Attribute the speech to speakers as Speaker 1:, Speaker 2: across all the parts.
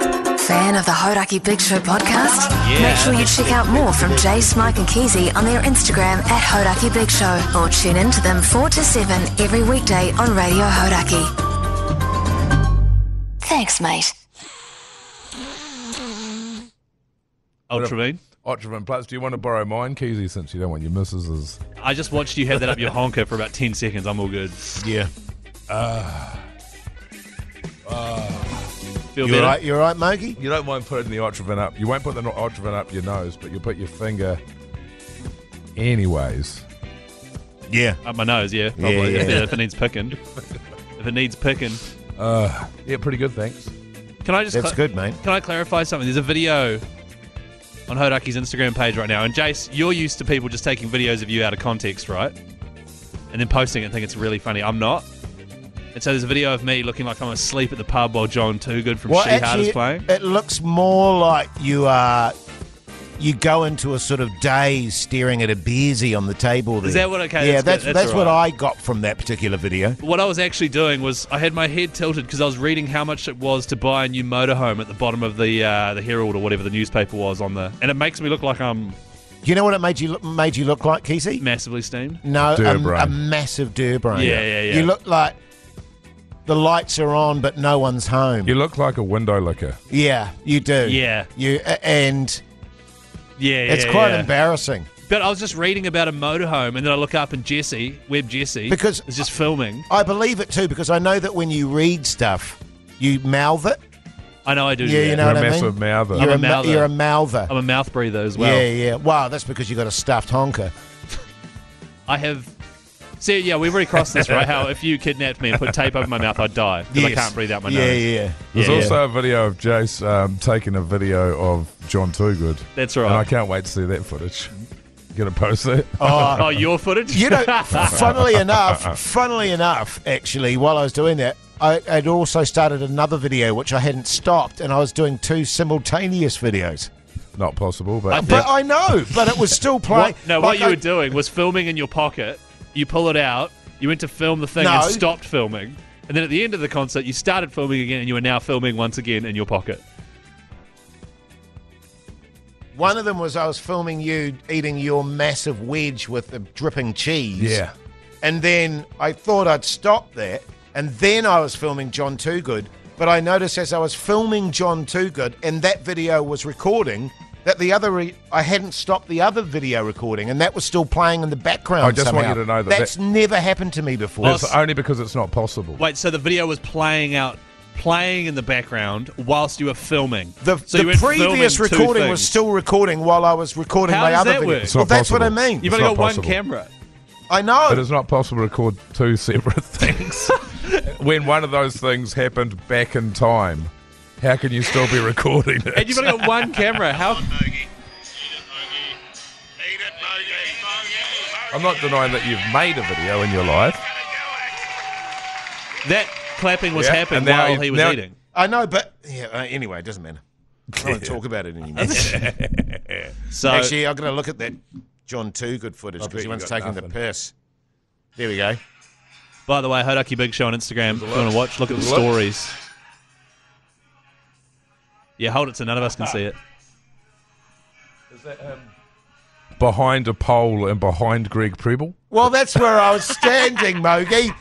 Speaker 1: fan of the Hodaki Big Show podcast? Make sure you check out more from Jay, Smike, and Keezy on their Instagram at Hodaki Big Show or tune in to them 4 to 7 every weekday on Radio Hodaki. Thanks, mate.
Speaker 2: Ultraman.
Speaker 3: Otchman Plus, do you want to borrow mine, Keezy, since you don't want your missus's?
Speaker 2: I just watched you have that up your honker for about 10 seconds. I'm all good.
Speaker 4: Yeah.
Speaker 2: Feel
Speaker 4: You all
Speaker 2: better?
Speaker 4: right, you all right, Mogi?
Speaker 3: You don't mind putting the Otchman up. You won't put the Otchman up your nose, but you put your finger. Anyways,
Speaker 4: Yeah.
Speaker 2: Up my nose, yeah. Probably.
Speaker 4: yeah.
Speaker 2: If, it, if it needs picking. if it needs picking.
Speaker 3: yeah, pretty good, thanks.
Speaker 2: Can I just.
Speaker 4: That's
Speaker 2: cla-
Speaker 4: good, mate.
Speaker 2: Can I clarify something? There's a video on Hodaki's Instagram page right now. And Jace, you're used to people just taking videos of you out of context, right? And then posting it and think it's really funny. I'm not. And so there's a video of me looking like I'm asleep at the pub while John Toogood from She Hard is playing.
Speaker 4: it looks more like you are. You go into a sort of daze staring at a beersy on the table. There.
Speaker 2: Is that what- okay,
Speaker 4: Yeah,
Speaker 2: that's
Speaker 4: that's
Speaker 2: good,
Speaker 4: that's,
Speaker 2: that's
Speaker 4: what
Speaker 2: all
Speaker 4: I got from that particular video.
Speaker 2: What I was actually doing was I had my head tilted because I was reading how much it was to buy a new motorhome at the bottom of the uh, the Herald or whatever the newspaper was on the, and it makes me look like I'm
Speaker 4: You know what it made you look, made you look like, Kesey?
Speaker 2: massively steamed.
Speaker 4: No, a,
Speaker 3: Durbrain.
Speaker 4: a massive Durbrain.
Speaker 2: Yeah, yeah, yeah.
Speaker 4: You look like the lights are on, but no one's home.
Speaker 3: You look like a window licker.
Speaker 4: yeah, you do.
Speaker 2: Yeah.
Speaker 4: you a- and
Speaker 2: Yeah, yeah
Speaker 4: it's quite
Speaker 2: yeah.
Speaker 4: embarrassing
Speaker 2: But I was just reading about a motorhome, and then I look up and Jesse, Web Jesse,
Speaker 4: Because-
Speaker 2: is just filming.
Speaker 4: I believe it too because I know that when you read stuff, you mouth it.
Speaker 2: I know I do.
Speaker 4: Yeah,
Speaker 2: do
Speaker 4: you
Speaker 2: that.
Speaker 4: know
Speaker 3: You're a
Speaker 4: what I mean.
Speaker 3: massive mouther.
Speaker 4: You're
Speaker 2: I'm a
Speaker 4: a, mou-
Speaker 2: mouther.
Speaker 4: You're a mouther.
Speaker 2: I'm a mouth breather as well.
Speaker 4: Yeah, yeah. Wow, that's because you got a stuffed honker.
Speaker 2: I have. See, yeah, we've already crossed this, right? How if you kidnapped me and put tape over my mouth, I'd die because I
Speaker 4: Yes.
Speaker 2: can't breathe out my
Speaker 4: yeah,
Speaker 2: nose.
Speaker 4: Yeah, yeah.
Speaker 3: There's
Speaker 2: Yeah, yeah.
Speaker 3: also a video of Jace um, taking a video of John Toogood.
Speaker 2: That's right.
Speaker 3: And I can't wait to see that footage. Gonna post that?
Speaker 2: oh, your footage?
Speaker 4: You know, funnily enough, funnily enough, actually, while I was doing that, I had also started another video which I hadn't stopped, and I was doing two simultaneous videos.
Speaker 3: Not possible, but.
Speaker 2: I
Speaker 4: But I know, but it was still playing.
Speaker 2: What- no, what
Speaker 4: Like
Speaker 2: you
Speaker 4: I-
Speaker 2: were doing was filming in your pocket. You pull it out. You went to film the thing and
Speaker 4: No.
Speaker 2: stopped filming. And then at the end of the concert, you started filming again, and you are now filming once again in your pocket.
Speaker 4: One of them was I was filming you eating your massive wedge with the dripping cheese.
Speaker 3: yeah.
Speaker 4: And then I thought I'd stop that. And then I was filming John Toogood. But I noticed as I was filming John Toogood and that video was recording, that the other re- I hadn't stopped the other video recording and that was still playing in the background.
Speaker 3: I just want
Speaker 4: somehow.
Speaker 3: you to know that
Speaker 4: that's
Speaker 3: that-
Speaker 4: never happened to me before.
Speaker 2: Well,
Speaker 3: It's only because it's not possible.
Speaker 2: Wait, so the video was playing out, playing in the background whilst you were filming.
Speaker 4: the
Speaker 2: so you
Speaker 4: the
Speaker 2: weren't filming
Speaker 4: previous
Speaker 2: two
Speaker 4: recording was
Speaker 2: things.
Speaker 4: still recording while I was recording
Speaker 2: How
Speaker 4: my
Speaker 2: does
Speaker 4: other
Speaker 2: that
Speaker 4: video.
Speaker 2: work? It's
Speaker 4: Well,
Speaker 3: not
Speaker 4: that's what I
Speaker 3: possible.
Speaker 4: mean.
Speaker 2: You've
Speaker 3: It's
Speaker 2: only got
Speaker 3: not
Speaker 2: one
Speaker 3: possible.
Speaker 2: camera.
Speaker 4: I know.
Speaker 3: It is not possible to record two separate things. when one of those things happened back in time, how can you still be recording it?
Speaker 2: And you've only got one camera. How?
Speaker 3: I'm not denying that you've made a video in your life.
Speaker 2: That clapping was
Speaker 3: Yeah,
Speaker 2: happening
Speaker 3: and now
Speaker 2: while
Speaker 3: you-
Speaker 2: he was
Speaker 3: now-
Speaker 2: eating.
Speaker 4: I know, but yeah, uh, anyway, it doesn't matter. I don't want to talk about it anymore.
Speaker 2: So
Speaker 4: Actually, I'm going to look at that John Toogood footage
Speaker 3: bet
Speaker 4: because
Speaker 3: Oh, you
Speaker 4: everyone's
Speaker 3: got
Speaker 4: taking the
Speaker 3: nothing.
Speaker 4: piss. There we go.
Speaker 2: By the way, Hodaki Big Show on Instagram. If you want to watch, look at the
Speaker 3: Good luck.
Speaker 2: stories. Yeah, hold it so none of us can see it.
Speaker 3: Behind a pole and behind Greg Preble.
Speaker 4: Well, that's where I was standing, Mogi.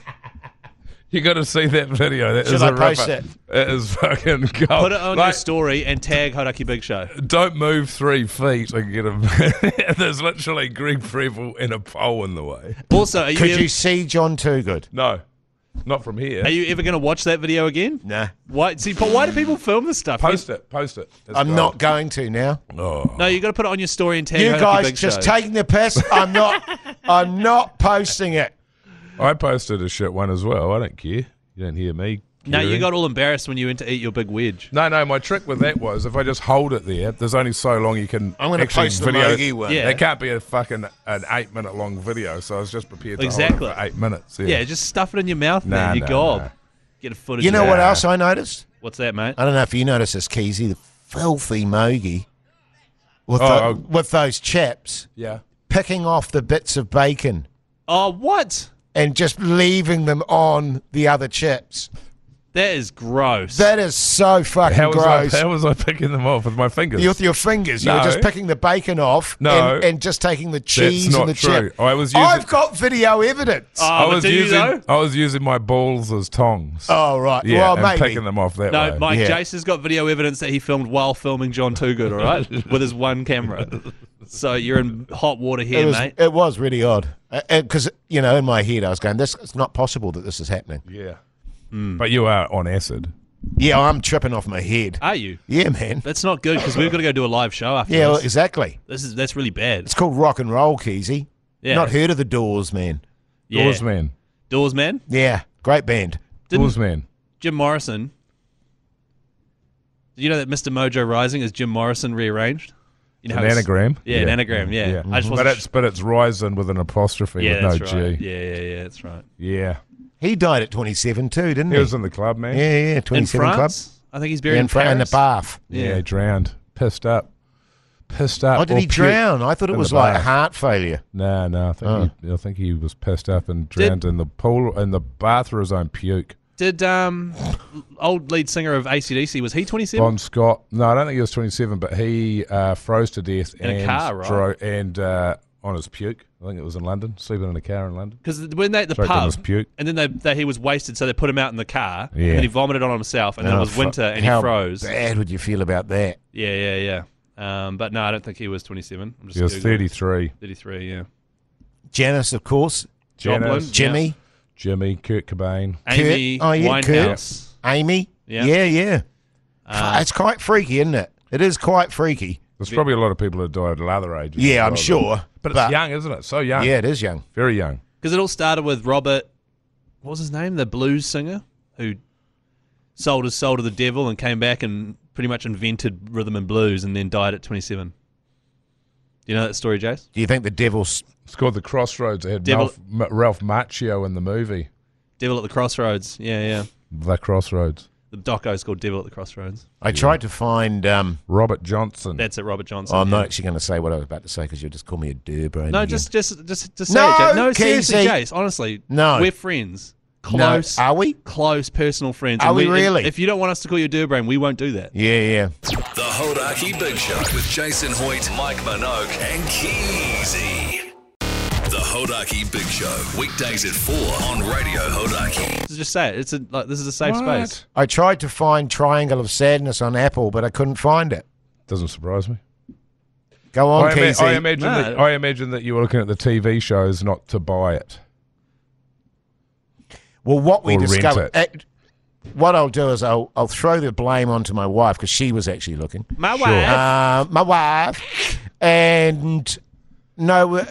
Speaker 3: You got to see that video. That is
Speaker 4: Should
Speaker 3: a
Speaker 4: I post
Speaker 3: ripper. It is fucking gold.
Speaker 4: Oh,
Speaker 2: Put it on your
Speaker 3: Like,
Speaker 2: story and tag Hodaki Big Show.
Speaker 3: Don't move three feet and get him. There's literally Greg Preble and a pole in the way.
Speaker 2: Also, are you,
Speaker 4: Could
Speaker 2: ever,
Speaker 4: you see John Toogood?
Speaker 3: No, not from here.
Speaker 2: are you ever going to watch that video again?
Speaker 4: Nah.
Speaker 2: Why? See, but why do people film this stuff?
Speaker 3: Post it. Post it. It's
Speaker 4: I'm not
Speaker 3: gold.
Speaker 4: going to now.
Speaker 3: Oh.
Speaker 2: No, you got to put it on your story and tag
Speaker 4: You
Speaker 2: Hodaki
Speaker 4: guys
Speaker 2: Big
Speaker 4: just
Speaker 2: Show.
Speaker 4: taking the piss. I'm not. I'm not posting it.
Speaker 3: Oh, I posted a shit one as well. I don't care. You don't hear me.
Speaker 2: No, you
Speaker 3: caring.
Speaker 2: got all embarrassed when you went to eat your big wedge.
Speaker 3: No, no. My trick with that was if I just hold it there, there's only so long you can.
Speaker 4: I'm going to
Speaker 3: actually
Speaker 4: post the
Speaker 3: video.
Speaker 4: Mogi one.
Speaker 2: Yeah.
Speaker 3: It can't be a fucking an eight minute long video, so I was just prepared to
Speaker 2: Exactly.
Speaker 3: hold it for eight minutes. Yeah.
Speaker 2: Yeah, just stuff it in your mouth,
Speaker 3: Nah,
Speaker 2: man. You
Speaker 3: nah,
Speaker 2: gob.
Speaker 3: nah.
Speaker 2: Get a footage.
Speaker 4: You know
Speaker 2: of
Speaker 4: what
Speaker 2: that.
Speaker 4: else I noticed?
Speaker 2: What's that, mate?
Speaker 4: I don't know if you noticed this, Keezy. The filthy Mogi with
Speaker 3: Oh,
Speaker 4: the-
Speaker 3: I'll-
Speaker 4: with those chaps
Speaker 3: yeah.
Speaker 4: picking off the bits of bacon
Speaker 2: Oh, what?
Speaker 4: and just leaving them on the other chips.
Speaker 2: That is gross.
Speaker 4: That is so fucking
Speaker 3: How was,
Speaker 4: gross.
Speaker 3: I, how was I picking them off with my fingers?
Speaker 4: You- with your fingers, you
Speaker 3: No.
Speaker 4: were just picking the bacon off
Speaker 3: No.
Speaker 4: and, and just taking the cheese
Speaker 3: not
Speaker 4: and the
Speaker 3: true.
Speaker 4: chip.
Speaker 3: I was using-
Speaker 4: I've got video evidence.
Speaker 2: Oh,
Speaker 3: I
Speaker 2: but
Speaker 3: was
Speaker 2: do you
Speaker 3: using
Speaker 2: though?
Speaker 3: I was using my balls as tongs.
Speaker 4: oh right,
Speaker 3: yeah,
Speaker 4: well
Speaker 3: and
Speaker 4: maybe.
Speaker 3: picking them off that
Speaker 2: No,
Speaker 3: way.
Speaker 2: Mike,
Speaker 4: Yeah.
Speaker 2: Jason's got video evidence that he filmed while filming John Toogood, all right? With his one camera. So you're in hot water here,
Speaker 4: it was
Speaker 2: mate.
Speaker 4: it was really odd because you know in my head I was going, this it's not possible that this is happening.
Speaker 3: yeah,
Speaker 4: Hmm.
Speaker 3: but you are on acid.
Speaker 4: Yeah, I'm tripping off my head.
Speaker 2: Are you?
Speaker 4: Yeah, man.
Speaker 2: That's not good because we've got to go do a live show after
Speaker 4: Yeah, well,
Speaker 2: this.
Speaker 4: exactly.
Speaker 2: this is that's really bad.
Speaker 4: It's called rock and roll, Keezy.
Speaker 2: Yeah.
Speaker 4: Not heard of the Doors, man.
Speaker 2: Yeah.
Speaker 3: Doors man,
Speaker 2: Doors man.
Speaker 4: Yeah, great band.
Speaker 2: Didn't
Speaker 3: doors man.
Speaker 2: Jim Morrison? Did you know that Mr. Mojo Rising is Jim Morrison rearranged? You know
Speaker 3: An
Speaker 2: how it's-
Speaker 3: anagram. Mm-hmm.
Speaker 2: Yeah, an anagram. Yeah. I just
Speaker 3: but
Speaker 2: wasn't
Speaker 3: it's but it's rising with an apostrophe
Speaker 2: yeah,
Speaker 3: with no
Speaker 2: that's right.
Speaker 3: G.
Speaker 2: Yeah, yeah, yeah, that's right.
Speaker 3: Yeah.
Speaker 4: He died at 27 too, didn't he?
Speaker 3: He was in the club, man.
Speaker 4: yeah, yeah, 27
Speaker 2: In
Speaker 4: Club.
Speaker 2: France, I think he's buried
Speaker 4: Yeah,
Speaker 2: in
Speaker 4: in, Fran- in the
Speaker 2: Paris.
Speaker 4: bath.
Speaker 3: Yeah,
Speaker 2: Yeah.
Speaker 3: he drowned, pissed up, pissed up.
Speaker 4: Oh, did
Speaker 3: or
Speaker 4: he
Speaker 3: pu-
Speaker 4: drown? I thought it
Speaker 3: in
Speaker 4: was
Speaker 3: the
Speaker 4: like
Speaker 3: bath.
Speaker 4: heart failure.
Speaker 3: No, no. I think he, I think he was pissed up and drowned in the pool in the bath for his own puke.
Speaker 2: Did um, old lead singer of ACDC was he 27?
Speaker 3: Bon Scott. No, I don't think he was 27, but he uh, froze to death
Speaker 2: In a
Speaker 3: and
Speaker 2: car, right?
Speaker 3: dro- and uh, on his puke. I think it was in London, sleeping in a car in London.
Speaker 2: Because when they at the
Speaker 3: Choked on his
Speaker 2: pub,
Speaker 3: puke.
Speaker 2: and then they, they, he was wasted, so they put him out in the car,
Speaker 3: Yeah.
Speaker 2: and he vomited on himself, and then it
Speaker 4: Oh,
Speaker 2: was
Speaker 4: fuck.
Speaker 2: winter, and
Speaker 4: How
Speaker 2: he froze.
Speaker 4: bad would you feel about that?
Speaker 2: Yeah, yeah, yeah. Um, but no, I don't think he was 27. I'm just
Speaker 3: He was
Speaker 2: Googling.
Speaker 3: 33.
Speaker 2: 33, yeah.
Speaker 4: Janice, of course.
Speaker 2: John Blum,
Speaker 3: Janice,
Speaker 4: Jimmy,
Speaker 3: Jimmy, Kurt Cobain.
Speaker 2: Amy
Speaker 4: Kurt. Oh, yeah,
Speaker 2: Winehouse.
Speaker 4: Amy.
Speaker 2: Yeah.
Speaker 4: yeah. yeah.
Speaker 2: Uh,
Speaker 4: it's quite freaky, isn't it? It is quite freaky.
Speaker 3: There's probably a lot of people that died at other ages. as
Speaker 4: Yeah, I'm
Speaker 3: well,
Speaker 4: sure.
Speaker 3: But, it's young, isn't it? So young.
Speaker 4: Yeah, it is young.
Speaker 3: Very young.
Speaker 2: Because it all started with Robert, what was his name? The blues singer who sold his soul to the devil and came back and pretty much invented rhythm and blues and then died at 27. Do you know that story, Jace?
Speaker 4: Do you think the devil's
Speaker 3: It's called The Crossroads. It had
Speaker 2: Devil-
Speaker 3: Ralph, M- Ralph Macchio in the movie.
Speaker 2: Devil at the Crossroads. Yeah, yeah.
Speaker 3: The Crossroads.
Speaker 2: The doco's called Devil at the Crossroads.
Speaker 4: I tried to find. Um,
Speaker 3: Robert Johnson.
Speaker 2: That's it, Robert Johnson.
Speaker 4: oh, I'm
Speaker 2: yeah.
Speaker 4: not actually going to say what I was about to say because you'll just call me a durbrain.
Speaker 2: No,
Speaker 4: again.
Speaker 2: just, just, just, just say
Speaker 4: No,
Speaker 2: it, Jace. No, seriously,
Speaker 4: Casey.
Speaker 2: Jace. Honestly,
Speaker 4: No.
Speaker 2: we're friends.
Speaker 4: No,
Speaker 2: Close,
Speaker 4: Are we?
Speaker 2: close personal friends.
Speaker 4: Are
Speaker 2: And
Speaker 4: we
Speaker 2: and
Speaker 4: really?
Speaker 2: If you don't want us to call you a Durbrain, we won't do that.
Speaker 4: Yeah, yeah.
Speaker 5: The Hodaki Big Show with Jason Hoyt, Mike Minogue, and Keezy. The Hodaki Big Show, weekdays at 4 on Radio Hodaki.
Speaker 2: Just say it. It's a like this is a safe
Speaker 3: What?
Speaker 2: space.
Speaker 4: I tried to find Triangle of Sadness on Apple, but I couldn't find it.
Speaker 3: Doesn't surprise me.
Speaker 4: Go
Speaker 3: I,
Speaker 4: on,
Speaker 3: ima-
Speaker 2: Oh,
Speaker 4: Keezy.
Speaker 3: I imagine
Speaker 2: No.
Speaker 3: that I imagine that you were looking at the TV shows not to buy it.
Speaker 4: Well, what we
Speaker 3: Or rent
Speaker 4: discovered.
Speaker 3: it.
Speaker 4: at- what I'll do is I'll, I'll throw the blame onto my wife because she was actually looking.
Speaker 2: My wife.
Speaker 4: Uh, my wife. And no, uh,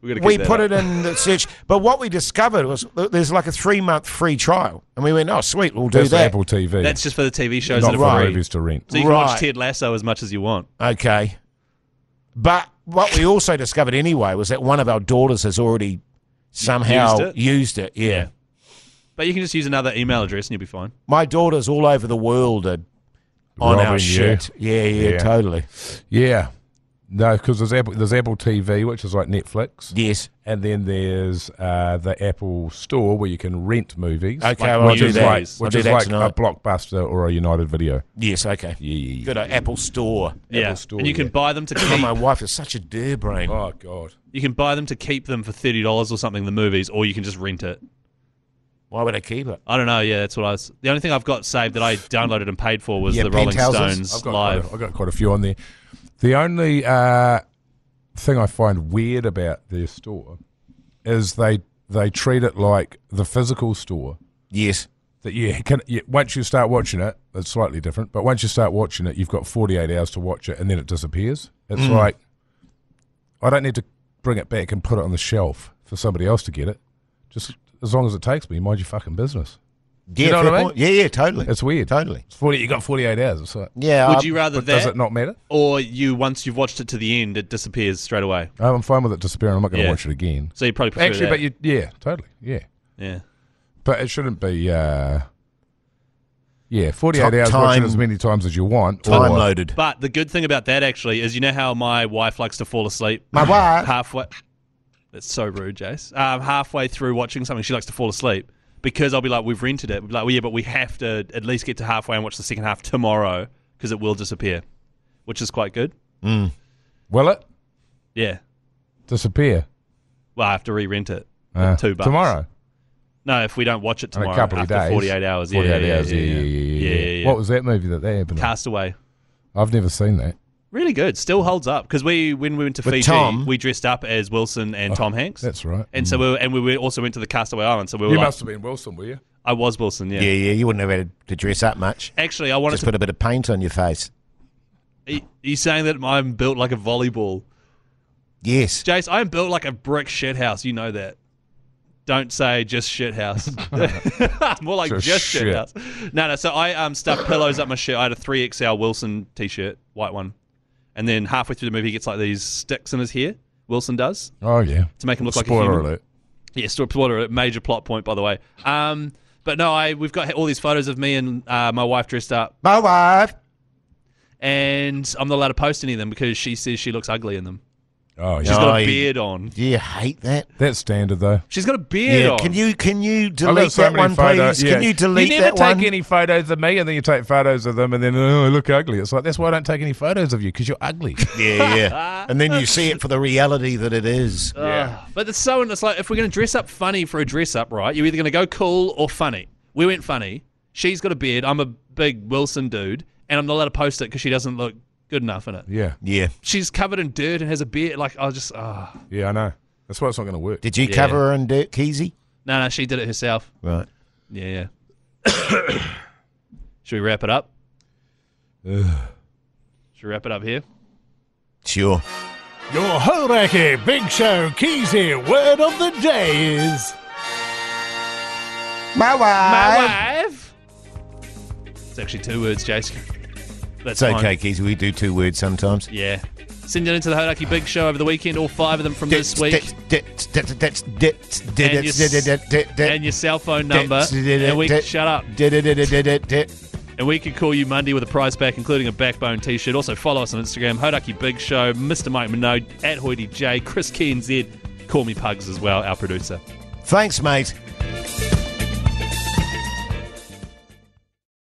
Speaker 2: We're gonna
Speaker 4: we
Speaker 2: keep that
Speaker 4: put
Speaker 2: up.
Speaker 4: it in the search. But what we discovered was th- there's like a three month free trial. And we went, oh, sweet, we'll do
Speaker 3: That's
Speaker 4: that.
Speaker 3: Apple TV.
Speaker 2: That's just for the TV shows
Speaker 3: not
Speaker 2: that
Speaker 3: for
Speaker 2: are free.
Speaker 3: movies to rent.
Speaker 2: So you can
Speaker 4: Right.
Speaker 2: watch Ted Lasso as much as you want.
Speaker 4: Okay. But what we also discovered anyway was that one of our daughters has already somehow
Speaker 2: Used
Speaker 4: used
Speaker 2: it?
Speaker 4: it. Yeah.
Speaker 2: But you can just use another email address and you'll be fine.
Speaker 4: My daughters all over the world are on
Speaker 3: Robbing
Speaker 4: our
Speaker 3: you.
Speaker 4: shit. Yeah, yeah,
Speaker 3: Yeah.
Speaker 4: totally.
Speaker 3: Yeah. No, because there's Apple, there's Apple TV, which is like Netflix,
Speaker 4: Yes.
Speaker 3: and then there's uh, the Apple Store where you can rent movies.
Speaker 4: Okay,
Speaker 2: Like
Speaker 4: well, I'll
Speaker 3: which
Speaker 4: do
Speaker 3: is
Speaker 4: that.
Speaker 3: like,
Speaker 4: I'll
Speaker 3: which
Speaker 4: do
Speaker 3: is
Speaker 4: that
Speaker 3: like a
Speaker 4: tonight.
Speaker 3: blockbuster or a United Video.
Speaker 4: yes, okay.
Speaker 3: Yeah, yeah,
Speaker 4: Good. uh, Apple Store.
Speaker 2: Yeah.
Speaker 3: Store,
Speaker 2: and you can
Speaker 3: yeah.
Speaker 2: buy them to
Speaker 4: Oh,
Speaker 2: keep.
Speaker 4: my wife is such a dear brain.
Speaker 3: Oh God,
Speaker 2: you can buy them to keep them for thirty dollars or something. The movies, or you can just rent it.
Speaker 4: Why would I keep it?
Speaker 2: I don't know. Yeah, that's what I was. The only thing I've got saved that I downloaded and paid for was
Speaker 4: Yeah,
Speaker 2: the Rolling
Speaker 4: Penthouses.
Speaker 2: Stones
Speaker 3: I've got
Speaker 2: live.
Speaker 3: Quite a, I've got quite a few on there. The only uh, thing I find weird about their store is they they treat it like the physical store.
Speaker 4: Yes.
Speaker 3: that you can you, once you start watching it, it's slightly different. But once you start watching it, you've got 48 hours to watch it, and then it disappears. It's
Speaker 2: Hmm.
Speaker 3: like I don't need to bring it back and put it on the shelf for somebody else to get it. Just as long as it takes me, mind your fucking business.
Speaker 4: Yeah,
Speaker 3: know what
Speaker 4: fair
Speaker 3: I mean?
Speaker 4: point. Yeah, yeah, totally.
Speaker 3: It's weird.
Speaker 4: Totally.
Speaker 3: It's 40. You got 48 hours. It's like,
Speaker 4: Yeah.
Speaker 2: Would
Speaker 4: I'd-
Speaker 2: you rather
Speaker 3: but does
Speaker 2: that,
Speaker 3: it not matter?
Speaker 2: or you once you've watched it to the end, it disappears straight away?
Speaker 3: I'm fine with it disappearing. I'm not going to
Speaker 2: Yeah.
Speaker 3: watch it again.
Speaker 2: So you probably prefer
Speaker 3: Actually,
Speaker 2: that.
Speaker 3: but you, yeah, totally, yeah.
Speaker 2: yeah.
Speaker 3: But it shouldn't be. uh yeah, 48
Speaker 4: Ti-
Speaker 3: hours watching
Speaker 4: time-
Speaker 3: as many times as you want. or-
Speaker 4: time loaded?
Speaker 2: But the good thing about that actually is you know how my wife likes to fall asleep. Mm.
Speaker 4: My wife.
Speaker 2: halfway. That's so rude, Jace. Um, halfway through watching something, she likes to fall asleep. because I'll be like, we've rented it. We'll be like, well, yeah, but we have to at least get to halfway and watch the second half tomorrow because it will disappear, which is quite good.
Speaker 3: Will it
Speaker 2: Yeah.
Speaker 3: disappear?
Speaker 2: Well, I have to re-rent it. for
Speaker 3: Uh,
Speaker 2: two bucks
Speaker 3: Tomorrow.
Speaker 2: No, if we don't watch it
Speaker 3: In
Speaker 2: tomorrow,
Speaker 3: a couple of
Speaker 2: after
Speaker 3: days.
Speaker 2: 48 hours. Yeah,
Speaker 3: 48
Speaker 2: yeah,
Speaker 3: hours.
Speaker 2: yeah, yeah,
Speaker 3: yeah,
Speaker 2: Yeah, yeah, yeah.
Speaker 3: What was that movie that they happened on?
Speaker 2: Castaway.
Speaker 3: I've never seen that.
Speaker 2: Really good. Still holds up because we when we went to
Speaker 4: With
Speaker 2: Fiji,
Speaker 4: Tom.
Speaker 2: we dressed up as Wilson and Tom Hanks.
Speaker 3: Oh, That's right.
Speaker 2: And so we were, and we were also went to the Castaway Island. So we were
Speaker 3: You
Speaker 2: like,
Speaker 3: must have been Wilson, were you?
Speaker 2: I was Wilson. Yeah.
Speaker 4: Yeah, yeah, you wouldn't have had to dress up much.
Speaker 2: Actually, I wanted
Speaker 4: Just put a bit of paint on your face.
Speaker 2: to. Are you saying that I'm built like a volleyball,
Speaker 4: Yes.
Speaker 2: Jace? I'm built like a brick shit house. You know that. Don't say just shit house. More like
Speaker 3: Just
Speaker 2: just, shit.
Speaker 3: shit.
Speaker 2: house. No, no. So I um stuffed pillows up my shirt. I had a three XL Wilson t-shirt, white one, and then halfway through the movie, he gets like these sticks in his hair. Wilson does
Speaker 3: Oh yeah.
Speaker 2: to make him look like a
Speaker 3: Spoiler
Speaker 2: human.
Speaker 3: alert.
Speaker 2: Yeah, Stuart Porter, a major plot point, by the way. Um, but no, I we've got all these photos of me and uh, my wife dressed up,
Speaker 4: My wife.
Speaker 2: and I'm not allowed to post any of them because she says she looks ugly in them.
Speaker 3: Oh yeah.
Speaker 2: She's got a
Speaker 4: Aye.
Speaker 2: beard on.
Speaker 4: Do you hate that?
Speaker 3: That's standard though.
Speaker 2: She's got a beard
Speaker 4: Yeah.
Speaker 2: on.
Speaker 4: Can you can you
Speaker 3: I've got
Speaker 4: delete
Speaker 3: so
Speaker 4: that
Speaker 3: many
Speaker 4: one,
Speaker 3: photos.
Speaker 4: please?
Speaker 3: yeah.
Speaker 4: Can you delete
Speaker 3: You never
Speaker 4: that
Speaker 3: take
Speaker 4: one?
Speaker 3: any photos of me, and then you take photos of them, and then oh, I look ugly. It's like that's why I don't take any photos of you because you're ugly.
Speaker 4: yeah, yeah. And then you see it for the reality that it is.
Speaker 2: Ugh. But it's so. It's like if we're going to dress up funny for a dress up, right? You're either going to go cool or funny. We went funny. She's got a beard. I'm a big Wilson dude, and I'm not allowed to post it because she doesn't look good enough in it.
Speaker 3: yeah,
Speaker 4: Yeah.
Speaker 2: She's covered in dirt and has a beard. Like I just, ah,
Speaker 3: yeah, I know. That's why it's not going to work.
Speaker 4: Did you
Speaker 2: Yeah.
Speaker 4: cover her in dirt, Keezy?
Speaker 2: no, no, she did it herself.
Speaker 4: Right.
Speaker 2: Yeah, yeah. Should we wrap it up? Should we wrap it up here?
Speaker 4: Sure.
Speaker 3: Your Horaki Big Show Keezy word of the day is
Speaker 4: My wife.
Speaker 2: My wife. It's actually two words, Jason. That's
Speaker 4: It's okay,
Speaker 2: fine.
Speaker 4: Keezy. We do two words sometimes.
Speaker 2: Yeah. Send it into the Hodaki Big Show over the weekend. All five of them from this week. And your s- And your cell phone number. And we can shut up. And we can call you Monday with a prize pack, including a backbone t shirt. Also, follow us on Instagram, Hodaki Big Show, Mr. Mike Minogue, at Hoity J, Chris Key and Z. Call me Pugs as well, our producer.
Speaker 4: Thanks, mate.